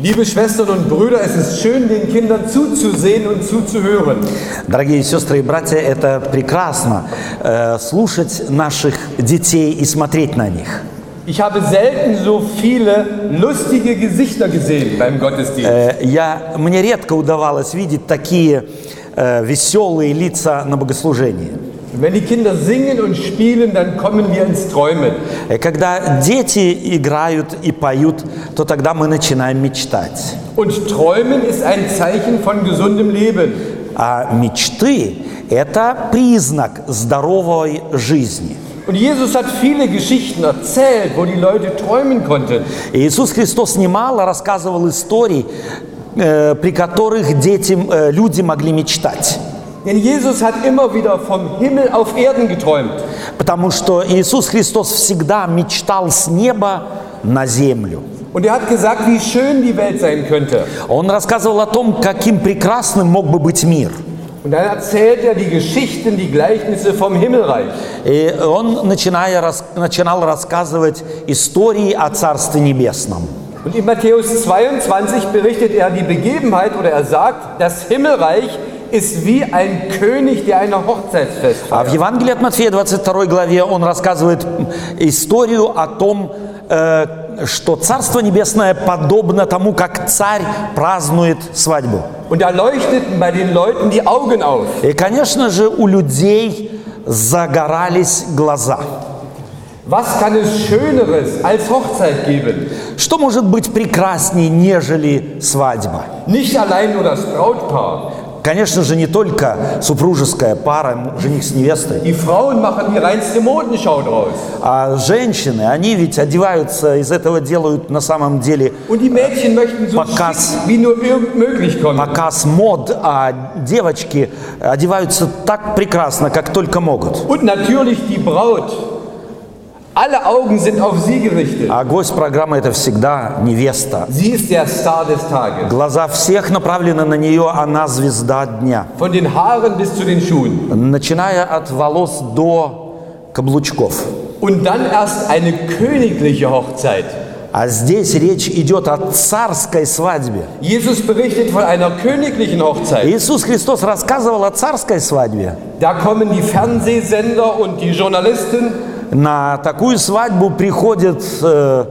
Liebe Schwestern und Brüder, es ist schön, den Kindern zuzusehen und zuzuhören. Дорогие сестры и братья, это прекрасно э, слушать наших детей и смотреть на них. Ich habe selten so viele lustige Gesichter gesehen beim Gottesdienst. Э, Я, мне редко удавалось видеть такие э, веселые лица на богослужении. Wenn die Kinder singen und spielen, dann kommen wir ins Träumen. Э, Когда дети играют и поют, то тогда мы начинаем мечтать. Und Träumen ist ein Zeichen von gesundem Leben. А мечты – это признак здоровой жизни. Und Jesus hat viele Geschichten erzählt, wo die Leute träumen konnten. И Иисус Христос немало рассказывал историй, э, при которых дети, э, люди могли мечтать. Denn Jesus hat immer wieder vom Himmel auf Erden geträumt. Потому что Иисус Христос всегда мечтал с неба на землю. Und er hat gesagt, wie schön die Welt sein könnte. Он рассказывал о том, каким прекрасным мог бы быть мир. Und dann erzählt er die Geschichten, die Gleichnisse vom Himmelreich. И он начиная, рас- начинал рассказывать истории о Царстве Небесном. Und in Matthäus 22 berichtet er die Begebenheit oder er sagt, das Himmelreich ist wie ein König, der eine Hochzeitsfest А feiert. в Евангелии от Матфея 22 главе он рассказывает м, историю о том, э, что Царство Небесное подобно тому, как царь празднует свадьбу. Und da leuchteten bei den Leuten die Augen auf. И, конечно же, у людей загорались глаза. Was kann es Schöneres als Hochzeit geben? Что может быть прекрасней, нежели свадьба? Nicht allein nur das Brautpaar. Конечно же, не только супружеская пара, м, жених с невестой, Die Frauen machen die reinste Modenschau draus. а женщины, они ведь одеваются, из этого делают на самом деле Und die Mädchen möchten so Pakas. schick wie nur irgend möglich kommen. показ мод, а девочки одеваются так прекрасно, как только могут. Und natürlich die Braut. Alle Augen sind auf sie gerichtet. А гость программы – это всегда невеста. Sie ist der Star des Tages. Глаза всех направлены на нее, она звезда дня. Von den Haaren bis zu den Schuhen. Начиная от волос до каблучков. Und dann erst eine königliche Hochzeit. А здесь речь идет о царской свадьбе. Jesus berichtet von einer königlichen Hochzeit. Иисус Христос рассказывал о царской свадьбе. Da kommen die Fernsehsender und die Journalisten. На такую свадьбу приходят э,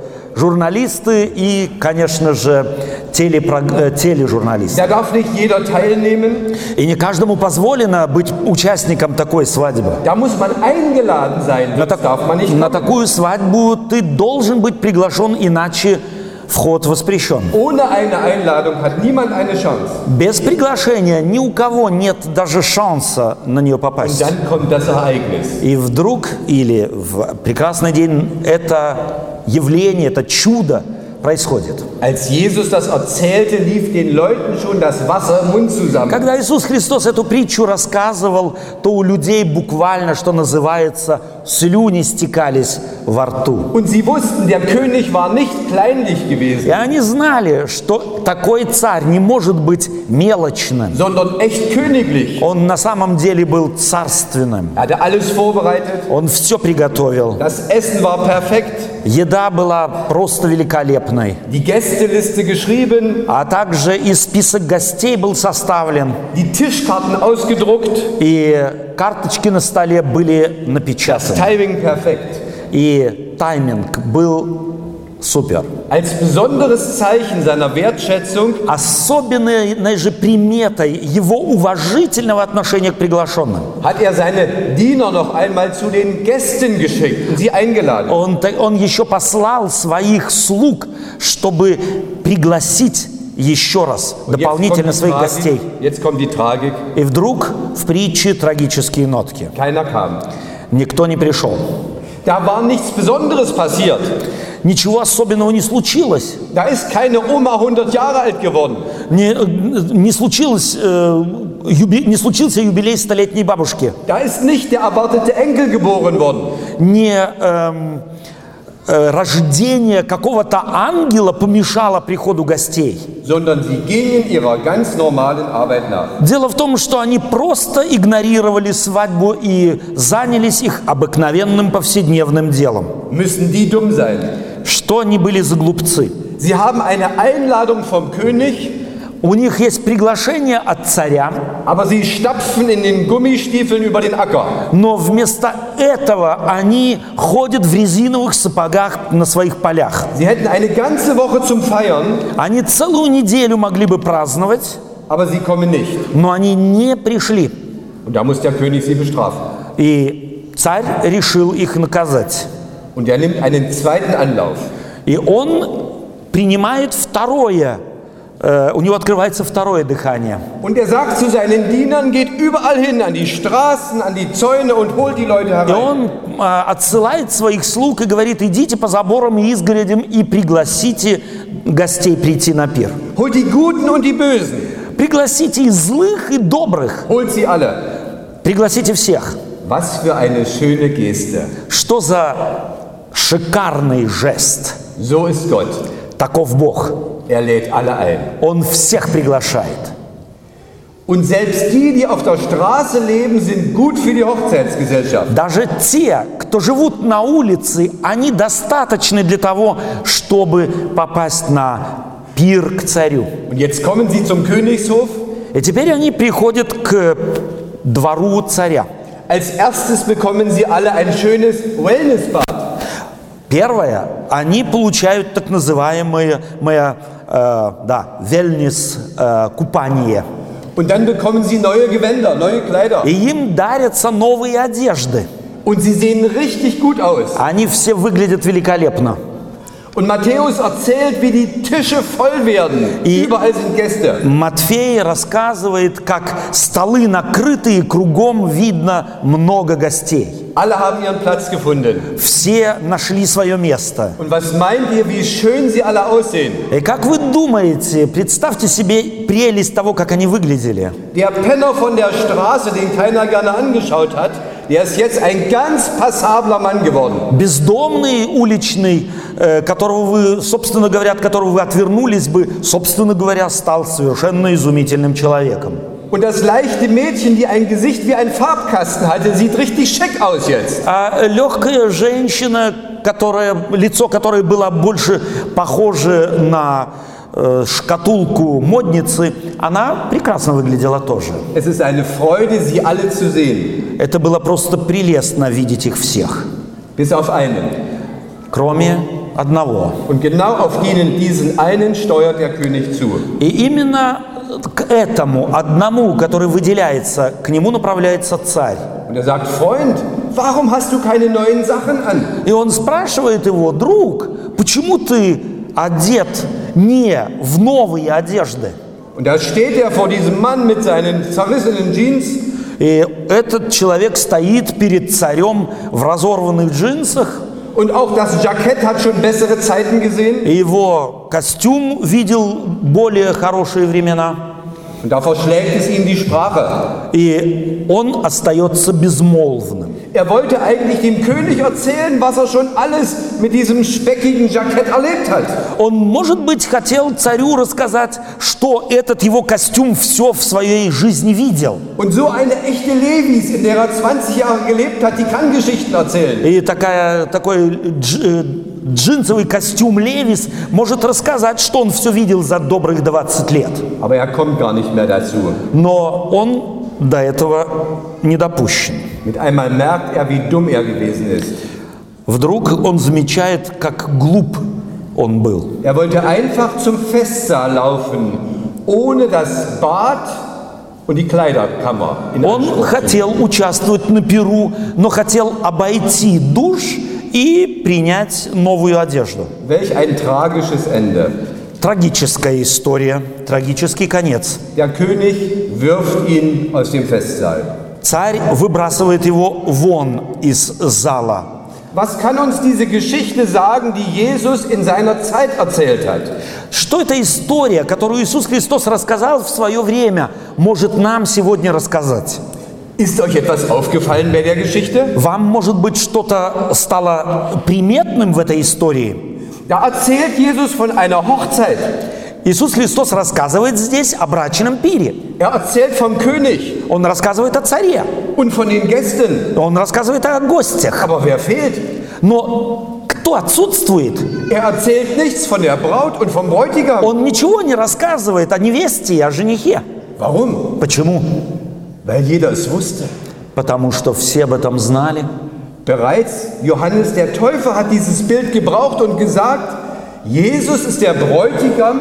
журналисты и, конечно же, телепрог- э, тележурналисты. Da darf nicht jeder teilnehmen. И не каждому позволено быть участником такой свадьбы. Da muss man eingeladen sein. На, Sonst так- darf man nicht. на kommen. такую свадьбу ты должен быть приглашен, иначе вход воспрещен. Ohne eine Einladung hat niemand eine Chance. Без приглашения ни у кого нет даже шанса на нее Und попасть. dann kommt das Ereignis. И вдруг или в прекрасный день это явление, это чудо происходит. Als Jesus das erzählte, lief den Leuten schon das Wasser im Mund zusammen. Когда Иисус Христос эту притчу рассказывал, то у людей буквально, что называется, слюни стекались во рту. Und sie wussten, der König war nicht kleinlich gewesen, И они знали, что такой царь не может быть мелочным. sondern echt königlich. Он на самом деле был царственным. Er hatte alles vorbereitet. Он все приготовил. Das Essen war perfekt. Еда была просто великолепной. Die Gästeliste geschrieben, А также и список гостей был составлен. die Tischkarten ausgedruckt. И карточки на столе были напечатаны. Timing perfekt. И тайминг был супер. Als besonderes Zeichen seiner Wertschätzung Особенной же приметой его уважительного отношения к приглашенным. hat er seine Diener noch einmal zu den Gästen geschickt und sie eingeladen. Он, та- он еще послал своих слуг, чтобы пригласить еще раз Jetzt kommt дополнительно die своих Tragik. гостей. Jetzt kommt die Tragik. И вдруг в притче трагические нотки. Keiner kam. Никто не пришел. Da war nichts Besonderes passiert. Ничего особенного не случилось. Da ist keine Oma 100 Jahre alt geworden. Не, э, не, случилось, э, юби- не случился юбилей столетней бабушки. Da ist nicht der erwartete Enkel geboren worden. Не эм, э, рождение какого-то ангела помешало приходу гостей. Sondern sie gingen ihrer ganz normalen Arbeit nach. Дело в том, что они просто игнорировали свадьбу и занялись их обыкновенным повседневным делом. Müssen die dumm sein? Что они были за глупцы? Sie haben eine Einladung vom König, У них есть приглашение от царя, aber sie stapfen in den Gummistiefeln über den Acker. но вместо этого они ходят в резиновых сапогах на своих полях. Sie hätten eine ganze Woche zum Feiern, Они целую неделю могли бы праздновать, aber sie kommen nicht. но они не пришли. Und da muss der König sie bestrafen. И царь решил их наказать. Und er nimmt einen zweiten Anlauf. И он принимает второе, э, у него открывается второе дыхание. Und er sagt zu seinen Dienern, geht überall hin, an die Straßen, an die Zäune und holt die Leute И herein. он э, отсылает своих слуг и говорит, идите по заборам и изгородям и пригласите гостей прийти на пир. Holt die Guten und die Bösen. Пригласите и злых, и добрых. Holt sie alle. Пригласите всех. Was für eine schöne Geste. Что за шикарный жест. So ist Gott. Таков Бог. Er lädt alle ein. Он всех приглашает. Und selbst die, die auf der Straße leben, sind gut für die Hochzeitsgesellschaft. Даже те, кто живут на улице, они достаточны для того, чтобы попасть на пир к царю. Und jetzt kommen sie zum Königshof. И теперь они приходят к двору царя. Als erstes bekommen sie alle ein schönes Wellnessbad. Первое, они получают так называемое мое, э, да, вельнес э, купание. Und dann bekommen sie neue Gewänder, neue Kleider. И им дарятся новые одежды. Und sie sehen richtig gut aus. Они все выглядят великолепно. Und Matthäus erzählt, wie die Tische voll werden. I- Überall sind Gäste. Матфей рассказывает, как столы накрыты и кругом видно много гостей. Alle haben ihren Platz gefunden. Все нашли свое место. Und was meint ihr, wie schön sie alle aussehen? И как вы думаете, представьте себе прелесть того, как они выглядели. Der Penner von der Straße, den keiner gerne angeschaut hat, der ist jetzt ein ganz passabler Mann geworden. Бездомный уличный, э, которого вы, собственно говоря, от которого вы отвернулись бы, собственно говоря, стал совершенно изумительным человеком. Und das leichte Mädchen, die ein Gesicht wie ein Farbkasten hatte, sieht richtig schick aus jetzt. А легкая женщина, которая, лицо которой было больше похоже на э, шкатулку модницы, она прекрасно выглядела тоже. Es ist eine Freude, sie alle zu sehen. Это было просто прелестно видеть их всех, Bis auf einen. кроме одного. Und genau auf jenen, diesen einen steuert der König zu. И именно к этому одному, который выделяется, к нему направляется царь. Und er sagt, Freund, warum hast du keine neuen Sachen an? И он спрашивает его, друг, почему ты одет не в новые одежды? Und da steht er vor diesem Mann mit seinen zerrissenen Jeans И этот человек стоит перед царем в разорванных джинсах, und auch das Jackett hat schon bessere Zeiten gesehen. и его костюм видел более хорошие времена, Und da verschlägt es ihm die Sprache. и он остается безмолвным. Er wollte eigentlich dem König erzählen, was er schon alles mit diesem speckigen Jackett erlebt hat. Он, может быть, хотел царю рассказать, что этот его костюм все в своей жизни видел. Und so eine echte Levis, in der er 20 Jahre gelebt hat, die kann Geschichten erzählen. И такая, такой дж- э, джинсовый костюм Левис может рассказать, что он все видел за добрых 20 лет. Aber er kommt gar nicht mehr dazu. Но он до этого не допущен. Mit einmal merkt er, wie dumm er gewesen ist. Вдруг он замечает, как глуп он был. Er wollte einfach zum Festsaal laufen, ohne das Bad und die Kleiderkammer. In Он Anspruch. хотел участвовать на Перу, но хотел обойти душ и принять новую одежду. Welch ein tragisches Ende. Трагическая история, трагический конец. Der König wirft ihn aus dem Festsaal. Царь выбрасывает его вон из зала. Was kann uns diese Geschichte sagen, die Jesus in seiner Zeit erzählt hat? Что эта история, которую Иисус Христос рассказал в свое время, может нам сегодня рассказать? Ist euch etwas aufgefallen bei der Geschichte? Вам, может быть, что-то стало приметным в этой истории? Da erzählt Jesus von einer Hochzeit. Иисус Христос рассказывает здесь о брачном пире. Er erzählt vom König Он рассказывает о царе. und von den Gästen. Он рассказывает о гостях. Aber wer fehlt? Но к- кто отсутствует. Er erzählt nichts von der Braut und vom Bräutigam. Он ничего не рассказывает о невесте и о женихе. Warum? Почему? Weil jeder es wusste. Потому что все об этом знали. Bereits Johannes der Täufer hat dieses Bild gebraucht und gesagt, Jesus ist der Bräutigam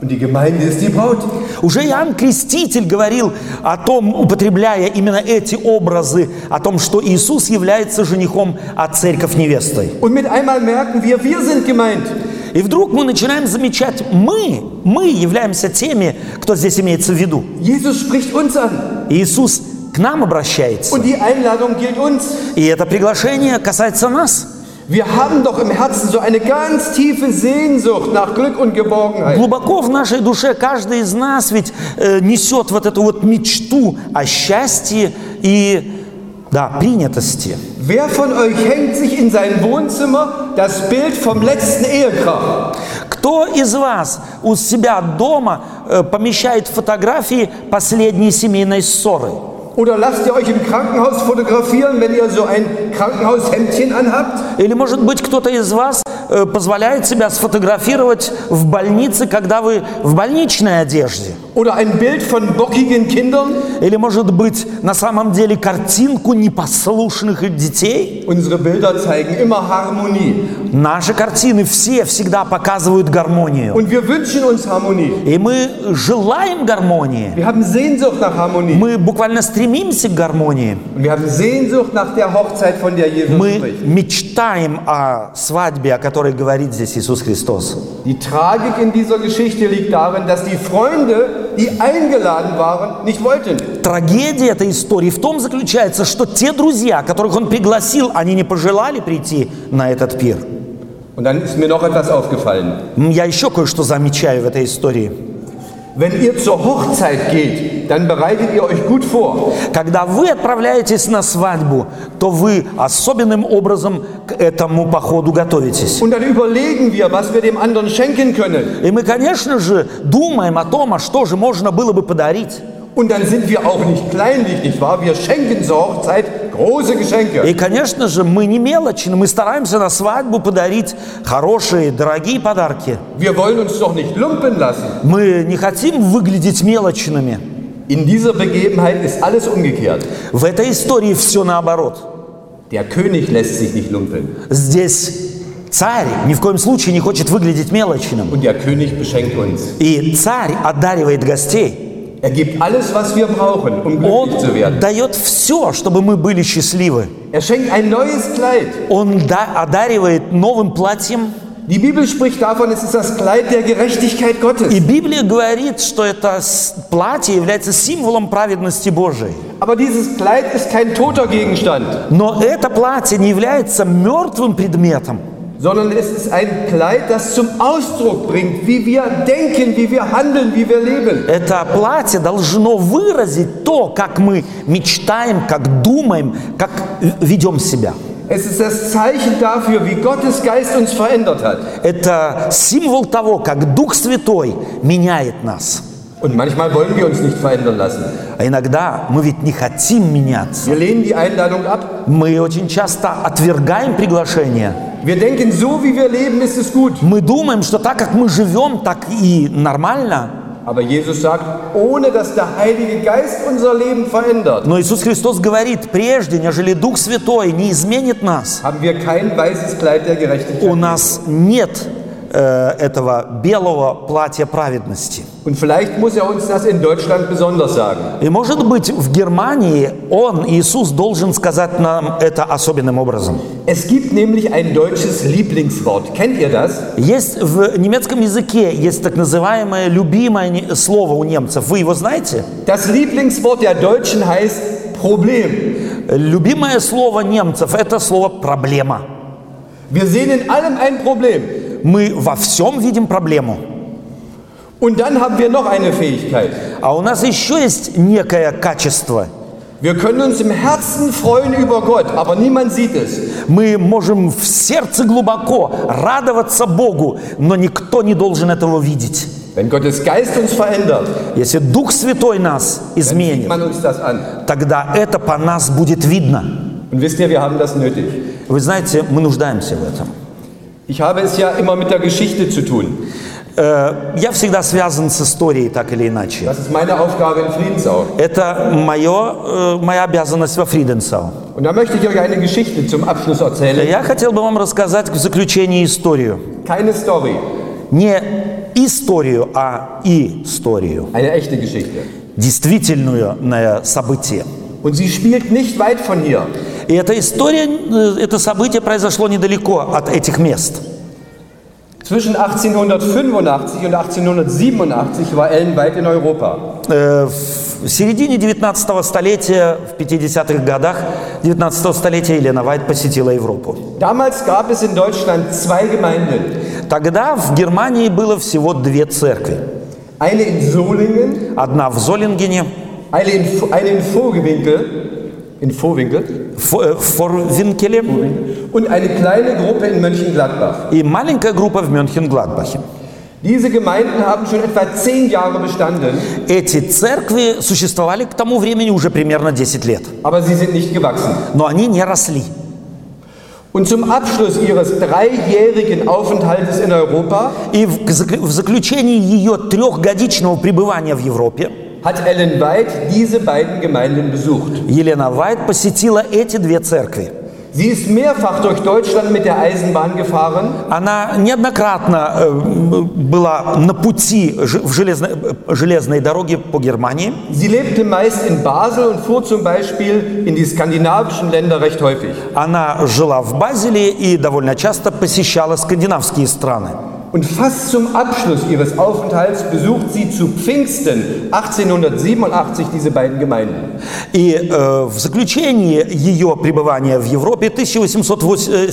und die Gemeinde ist die Braut. Уже Иоанн Креститель говорил о том, употребляя именно эти образы, о том, что Иисус является женихом, а церковь невестой. Und mit einmal merken wir, wir sind gemeint. И вдруг мы начинаем замечать, мы, мы являемся теми, кто здесь имеется в виду. Jesus spricht uns an Иисус к нам обращается. und die Einladung gilt uns. И это приглашение касается нас. Wir haben doch im Herzen so eine ganz tiefe Sehnsucht nach Glück und Geborgenheit. Глубоко в нашей душе каждый из нас ведь э, несет вот эту вот мечту о счастье и, да, принятости. Wer von euch hängt sich in sein Wohnzimmer das Bild vom letzten Ehekrach? Кто из вас у себя дома э, помещает фотографии последней семейной ссоры? Oder lasst ihr euch im Krankenhaus fotografieren, wenn ihr so ein Krankenhaushemdchen anhabt? Или, может быть, кто-то из вас э, позволяет себя сфотографировать в больнице, когда вы в больничной одежде? Oder ein Bild von bockigen Kindern? Или, может быть, на самом деле картинку непослушных детей? Unsere Bilder zeigen immer Harmonie. Наши картины все всегда показывают гармонию. Und wir wünschen uns Harmonie. И мы желаем гармонии. Wir haben Sehnsucht nach Harmonie. Мы буквально стремимся к гармонии. Und wir haben Sehnsucht nach der Hochzeit, von der Jesus Мы spricht. мечтаем о свадьбе, о которой говорит здесь Иисус Христос. Die Tragik in dieser Geschichte liegt darin, dass die Freunde, die eingeladen waren, nicht wollten. Трагедия этой истории в том заключается, что те друзья, которых он пригласил, они не пожелали прийти на этот пир. Und dann ist mir noch etwas aufgefallen. М, Я еще кое-что замечаю в этой истории. Wenn ihr zur Hochzeit geht, dann bereitet ihr euch gut vor. Когда вы отправляетесь на свадьбу, то вы особенным образом к этому походу готовитесь. Und dann überlegen wir, was wir dem anderen schenken können. И мы, конечно же, думаем о том, а что же можно было бы подарить. Und dann sind wir auch nicht kleinlich, nicht wahr? Wir schenken zur Hochzeit große Geschenke. И, конечно же, мы не мелочны, мы стараемся на свадьбу подарить хорошие, дорогие подарки. Wir wollen uns doch nicht lumpen lassen. Мы не хотим выглядеть мелочными. In dieser Begebenheit ist alles umgekehrt. В этой истории все наоборот. Der König lässt sich nicht lumpen. Здесь царь ни в коем случае не хочет выглядеть мелочным. Und der König beschenkt uns. И царь одаривает гостей. Er gibt alles, was wir brauchen, um glücklich zu Он werden. дает все, чтобы мы были счастливы. Er schenkt ein neues Kleid. Он да- одаривает новым платьем. Die Bibel spricht davon, es ist das Kleid der Gerechtigkeit И Gottes. Библия говорит, что это с- платье является символом праведности Божией. Aber dieses Kleid ist kein toter Gegenstand, Но это платье не является мертвым предметом, sondern es ist ein Kleid, das zum Ausdruck bringt, wie wir denken, wie wir handeln, wie wir leben. Это платье должно выразить то, как мы мечтаем, как думаем, как ведем себя. Es ist das Zeichen dafür, wie Gottes Geist uns verändert hat. Это символ того, как Дух Святой меняет нас. Und manchmal wollen wir uns nicht verändern lassen. А иногда мы ведь не хотим меняться. Wir lehnen die Einladung ab. Мы очень часто отвергаем приглашение. Wir denken, so wie wir leben, ist es gut. Мы думаем, что так как мы живем, так и нормально. Aber Jesus sagt, ohne dass der Heilige Geist unser Leben verändert, Но Иисус Христос говорит, прежде, нежели Дух Святой не изменит нас, haben wir kein weißes Kleid der у Gerechtigkeit. нас нет э, этого белого платья праведности. Und vielleicht muss er uns das in Deutschland besonders sagen. И может быть в Германии он, Иисус, должен сказать нам это особенным образом. Es gibt nämlich ein deutsches Lieblingswort. Kennt ihr das? Есть в немецком языке есть так называемое любимое не- слово у немцев. Вы его знаете? Das Lieblingswort der Deutschen heißt Problem. Любимое слово немцев – это слово «проблема». Wir sehen in allem ein Problem. Мы во всем видим проблему. Und dann haben wir noch eine Fähigkeit. А у нас еще есть некое качество. Wir können uns im Herzen freuen über Gott, aber niemand sieht es. Мы можем в сердце глубоко радоваться Богу, но никто не должен этого видеть. Wenn Gottes Geist uns verändert, Если Дух Святой нас sieht изменит, man uns das an. тогда это по нас будет видно. Und wisst ihr, wir haben das nötig. Вы знаете, мы нуждаемся в этом. Ich habe es ja immer mit der Geschichte zu tun. Э, Я всегда связан с историей так или иначе. Das ist meine Aufgabe in Friedensau. Это моё, э, моя обязанность во Фриденсау. Und da möchte ich euch eine Geschichte zum Abschluss erzählen. Я хотел бы вам рассказать в заключении историю. Keine Story, Не историю, а историю. eine echte Geschichte. Действительное событие. Und sie spielt nicht weit von hier. И эта история, э, это событие произошло недалеко от этих мест. Zwischen 1885 und 1887 war Ellen White in Europa. Э, В середине 19 столетия, в 50-х годах 19 столетия Елена Вайт посетила Европу. Damals gab es in Deutschland zwei Gemeinden. Тогда в Германии было всего две церкви. Eine in Solingen, Одна в Золингене, eine in, Vo- eine in Vohwinkel, in Vohwinkel в э, в Форвинкеле und eine kleine Gruppe in Mönchengladbach. и маленькая группа в Мюнхен-Гладбахе. Diese Gemeinden haben schon etwa zehn Jahre bestanden, Эти церкви существовали к тому времени уже примерно 10 лет, aber sie sind nicht gewachsen. но они не росли. Und zum Abschluss ihres dreijährigen Aufenthaltes in Europa И в к зак- в заключении ее трехгодичного пребывания в Европе hat Ellen White diese beiden Gemeinden besucht. Елена Вайт посетила эти две церкви. Sie ist mehrfach durch Deutschland mit der Eisenbahn gefahren. Она неоднократно э, м, была на пути ж- в железной, э, железной дороге по Германии. Sie lebte meist in Basel und fuhr zum Beispiel in die skandinavischen Länder recht häufig. Она жила в Базеле и довольно часто посещала скандинавские страны. Und fast zum Abschluss ihres Aufenthalts besucht sie zu Pfingsten 1887 diese beiden Gemeinden. И э, в заключении ее пребывания в Европе в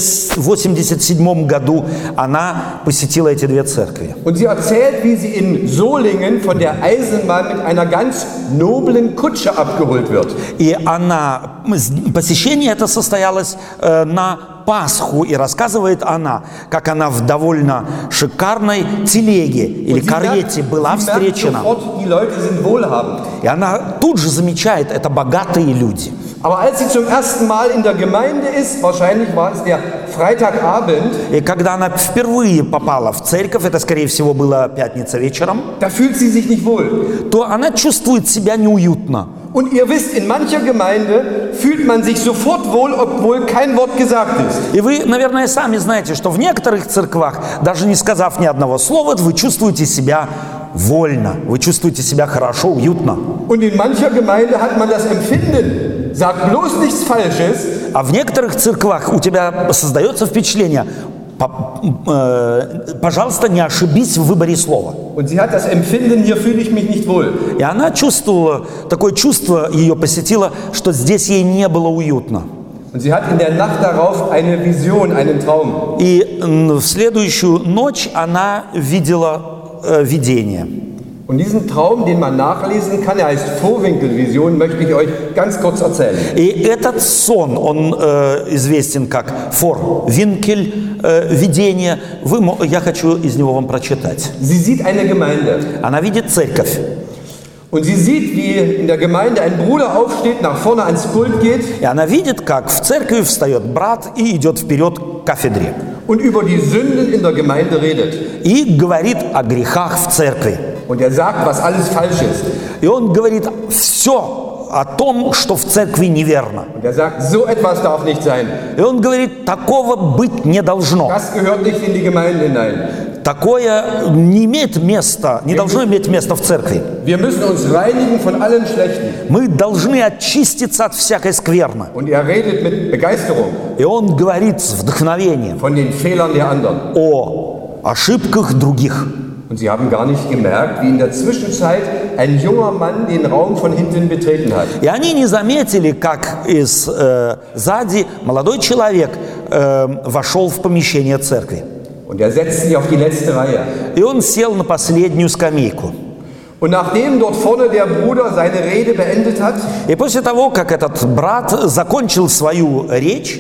1887 году она посетила эти две церкви. Und sie erzählt, wie sie in Solingen von der Eisenbahn mit einer ganz noblen Kutsche abgeholt wird. И она, с- посещение это состоялось э, на Пасху, и рассказывает она, как она в довольно шикарной телеге или Und sie merkt, карете sie была merkt встречена. sofort, die Leute sind wohlhabend. И она тут же замечает, это богатые люди. Aber als sie zum ersten Mal in der Gemeinde ist, wahrscheinlich war es der Freitagabend, И когда она впервые попала в церковь, это, скорее всего, была пятница вечером, da fühlt sie sich nicht wohl. то она чувствует себя неуютно. Und ihr wisst, in mancher Gemeinde fühlt man sich sofort wohl, obwohl kein Wort gesagt ist. И вы, наверное, сами знаете, что в некоторых церквах, даже не сказав ни одного слова, вы чувствуете себя вольно, вы чувствуете себя хорошо, уютно. Und in mancher Gemeinde hat man das Empfinden, sagt bloß nichts Falsches, А в некоторых церквах у тебя создается впечатление, «Па- э, пожалуйста, не ошибись в выборе слова. und sie hat das Empfinden, hier fühle ich mich nicht wohl. И она чувствовала, такое чувство ее посетило, что здесь ей не было уютно. Und sie hat in der Nacht darauf eine Vision, einen Traum. И м, в следующую ночь она видела э, видение. Und diesen Traum, den man nachlesen kann, er heißt Vorwinkelvision, möchte ich euch ganz kurz erzählen. И этот сон, он э, известен как фор Винкель, э, видение. Вы, мо- я хочу из него вам прочитать. Sie sieht eine Gemeinde. Она видит церковь. Und sie sieht, wie in der Gemeinde ein Bruder aufsteht, nach vorne ans Pult geht И она видит, как в церкви встает брат и идет вперед к кафедре. und über die Sünden in der Gemeinde redet. И говорит о грехах в церкви. Und er sagt, was alles falsch ist. И он говорит все о том, что в церкви неверно. Und er sagt, so etwas darf nicht sein. И он говорит, такого быть не должно. Das gehört nicht in die Gemeinde hinein. Такое не имеет места, не должно иметь места в церкви. Wir müssen uns reinigen von allem Schlechten. Мы должны очиститься от всякой скверны. Und er redet mit Begeisterung И он говорит с вдохновением von den Fehlern der anderen. о ошибках других. Und sie haben gar nicht gemerkt, wie in der Zwischenzeit ein junger Mann den Raum von hinten betreten hat. И они не заметили, как из э, сзади молодой человек э, вошел в помещение церкви. Und er setzt sich auf die letzte Reihe. И он сел на последнюю скамейку. Und nachdem dort vorne der Bruder seine Rede beendet hat, И после того, как этот брат закончил свою речь,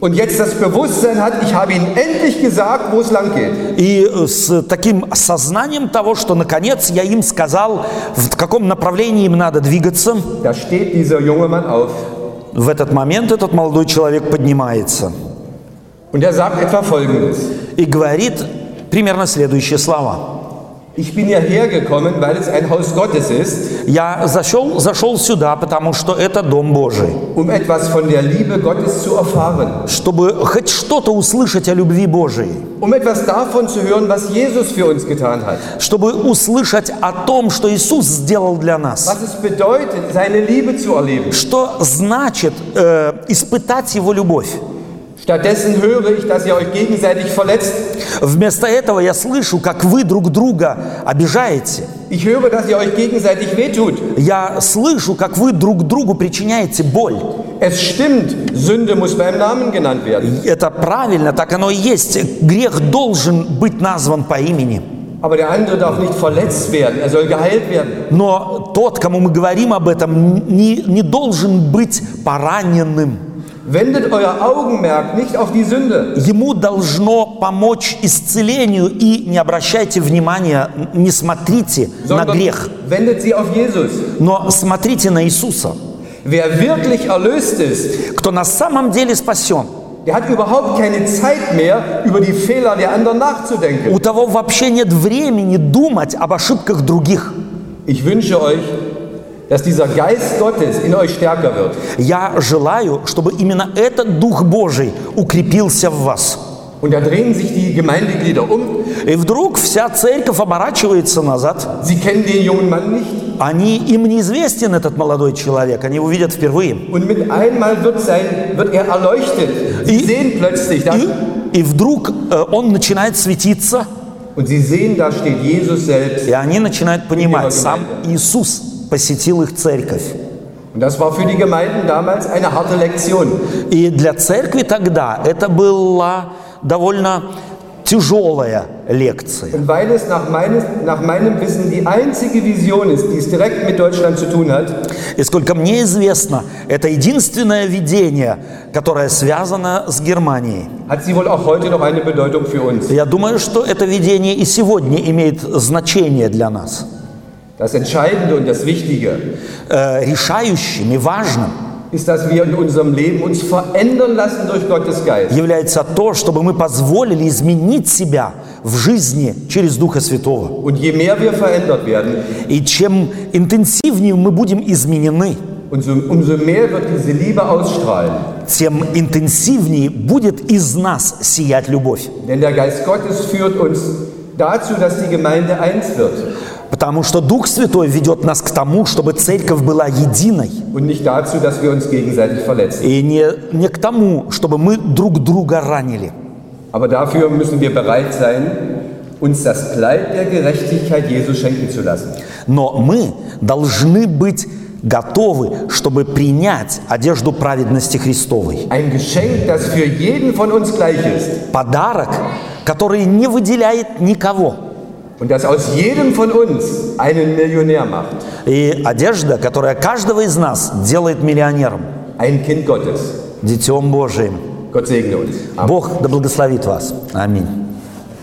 und jetzt das Bewusstsein hat, ich habe Ihnen endlich gesagt, wo es lang geht, И э, с таким сознанием того, что наконец я им сказал, в каком направлении им надо двигаться, da steht dieser junge Mann auf в этот момент этот молодой человек поднимается. und er sagt etwa Folgendes. и говорит примерно следующие слова. Ich bin ja hergekommen, weil es ein Haus Gottes ist, Я зашел, зашел сюда, потому что это Дом Божий, um etwas von der Liebe Gottes zu erfahren, чтобы хоть что-то услышать о любви Божией, um etwas davon zu hören, was Jesus für uns getan hat, чтобы услышать о том, что Иисус сделал для нас, was es bedeutet, seine Liebe zu erleben. что значит э, испытать Его любовь. Stattdessen höre ich, dass ihr euch gegenseitig verletzt. Вместо этого я слышу, как вы друг друга обижаете. Ich höre, dass ihr euch gegenseitig wehtut. Я слышу, как вы друг другу причиняете боль. Es stimmt, Sünde muss beim Namen genannt werden. Это правильно, так оно и есть. Грех должен быть назван по имени. Aber der andere darf nicht verletzt werden, er soll geheilt werden. Но тот, кому мы говорим об этом, не, не должен быть пораненным. Wendet euer Augenmerk nicht auf die Sünde. Ему должно помочь исцелению, и не обращайте внимания, не смотрите на sondern грех, wendet sie auf Jesus. но смотрите на Иисуса, Wer wirklich erlöst ist, кто на самом деле спасен. der hat überhaupt keine Zeit mehr, über die Fehler der anderen nachzudenken. У того вообще нет времени думать об ошибках других. Ich wünsche euch, dass dieser Geist Gottes in euch stärker wird. Я желаю, чтобы именно этот Дух Божий укрепился в вас. Und da drehen sich die Gemeindeglieder um. И вдруг вся церковь оборачивается назад. Sie kennen den jungen Mann nicht. Они, им неизвестен этот молодой человек, они его видят впервые. Und mit einmal wird, sein, wird er erleuchtet. Sie I- sehen plötzlich da. И, и вдруг э, он начинает светиться, Und sie sehen, da steht Jesus selbst. и они начинают понимать, сам Иисус посетил их церковь. Und das war für die Gemeinden damals eine harte Lektion. И для церкви тогда это была довольно тяжелая лекция. Und weil es nach, meines, nach meinem Wissen die einzige Vision ist, die es direkt mit Deutschland zu tun hat, И сколько мне известно, это единственное видение, которое связано с Германией. hat sie wohl auch heute noch eine Bedeutung für uns. Я думаю, что это видение и сегодня имеет значение для нас. Das Entscheidende und das Wichtige Э, решающим и важным ist, dass wir in unserem Leben uns verändern lassen durch Gottes Geist. является то, чтобы мы позволили изменить себя в жизни через Духа Святого. Und je mehr wir verändert werden, И чем интенсивнее мы будем изменены, umso, umso mehr wird diese Liebe ausstrahlen. тем интенсивнее будет из нас сиять любовь. Denn der Geist Gottes führt uns dazu, dass die Gemeinde eins wird Потому что Дух Святой ведет нас к тому, чтобы церковь была единой. und nicht dazu, dass wir uns gegenseitig verletzen. И не, не к тому, чтобы мы друг друга ранили. Aber dafür müssen wir bereit sein, uns das Kleid der Gerechtigkeit Jesu schenken zu lassen. Но мы должны быть готовы, чтобы принять одежду праведности Христовой. Ein Geschenk, das für jeden von uns gleich ist Подарок, который не выделяет никого. und das aus jedem von uns einen Millionär macht. И одежда, которая каждого из нас делает миллионером, Ein Kind Gottes. детем Божиим. Gott segne uns. Amen. Бог да благословит вас. Аминь.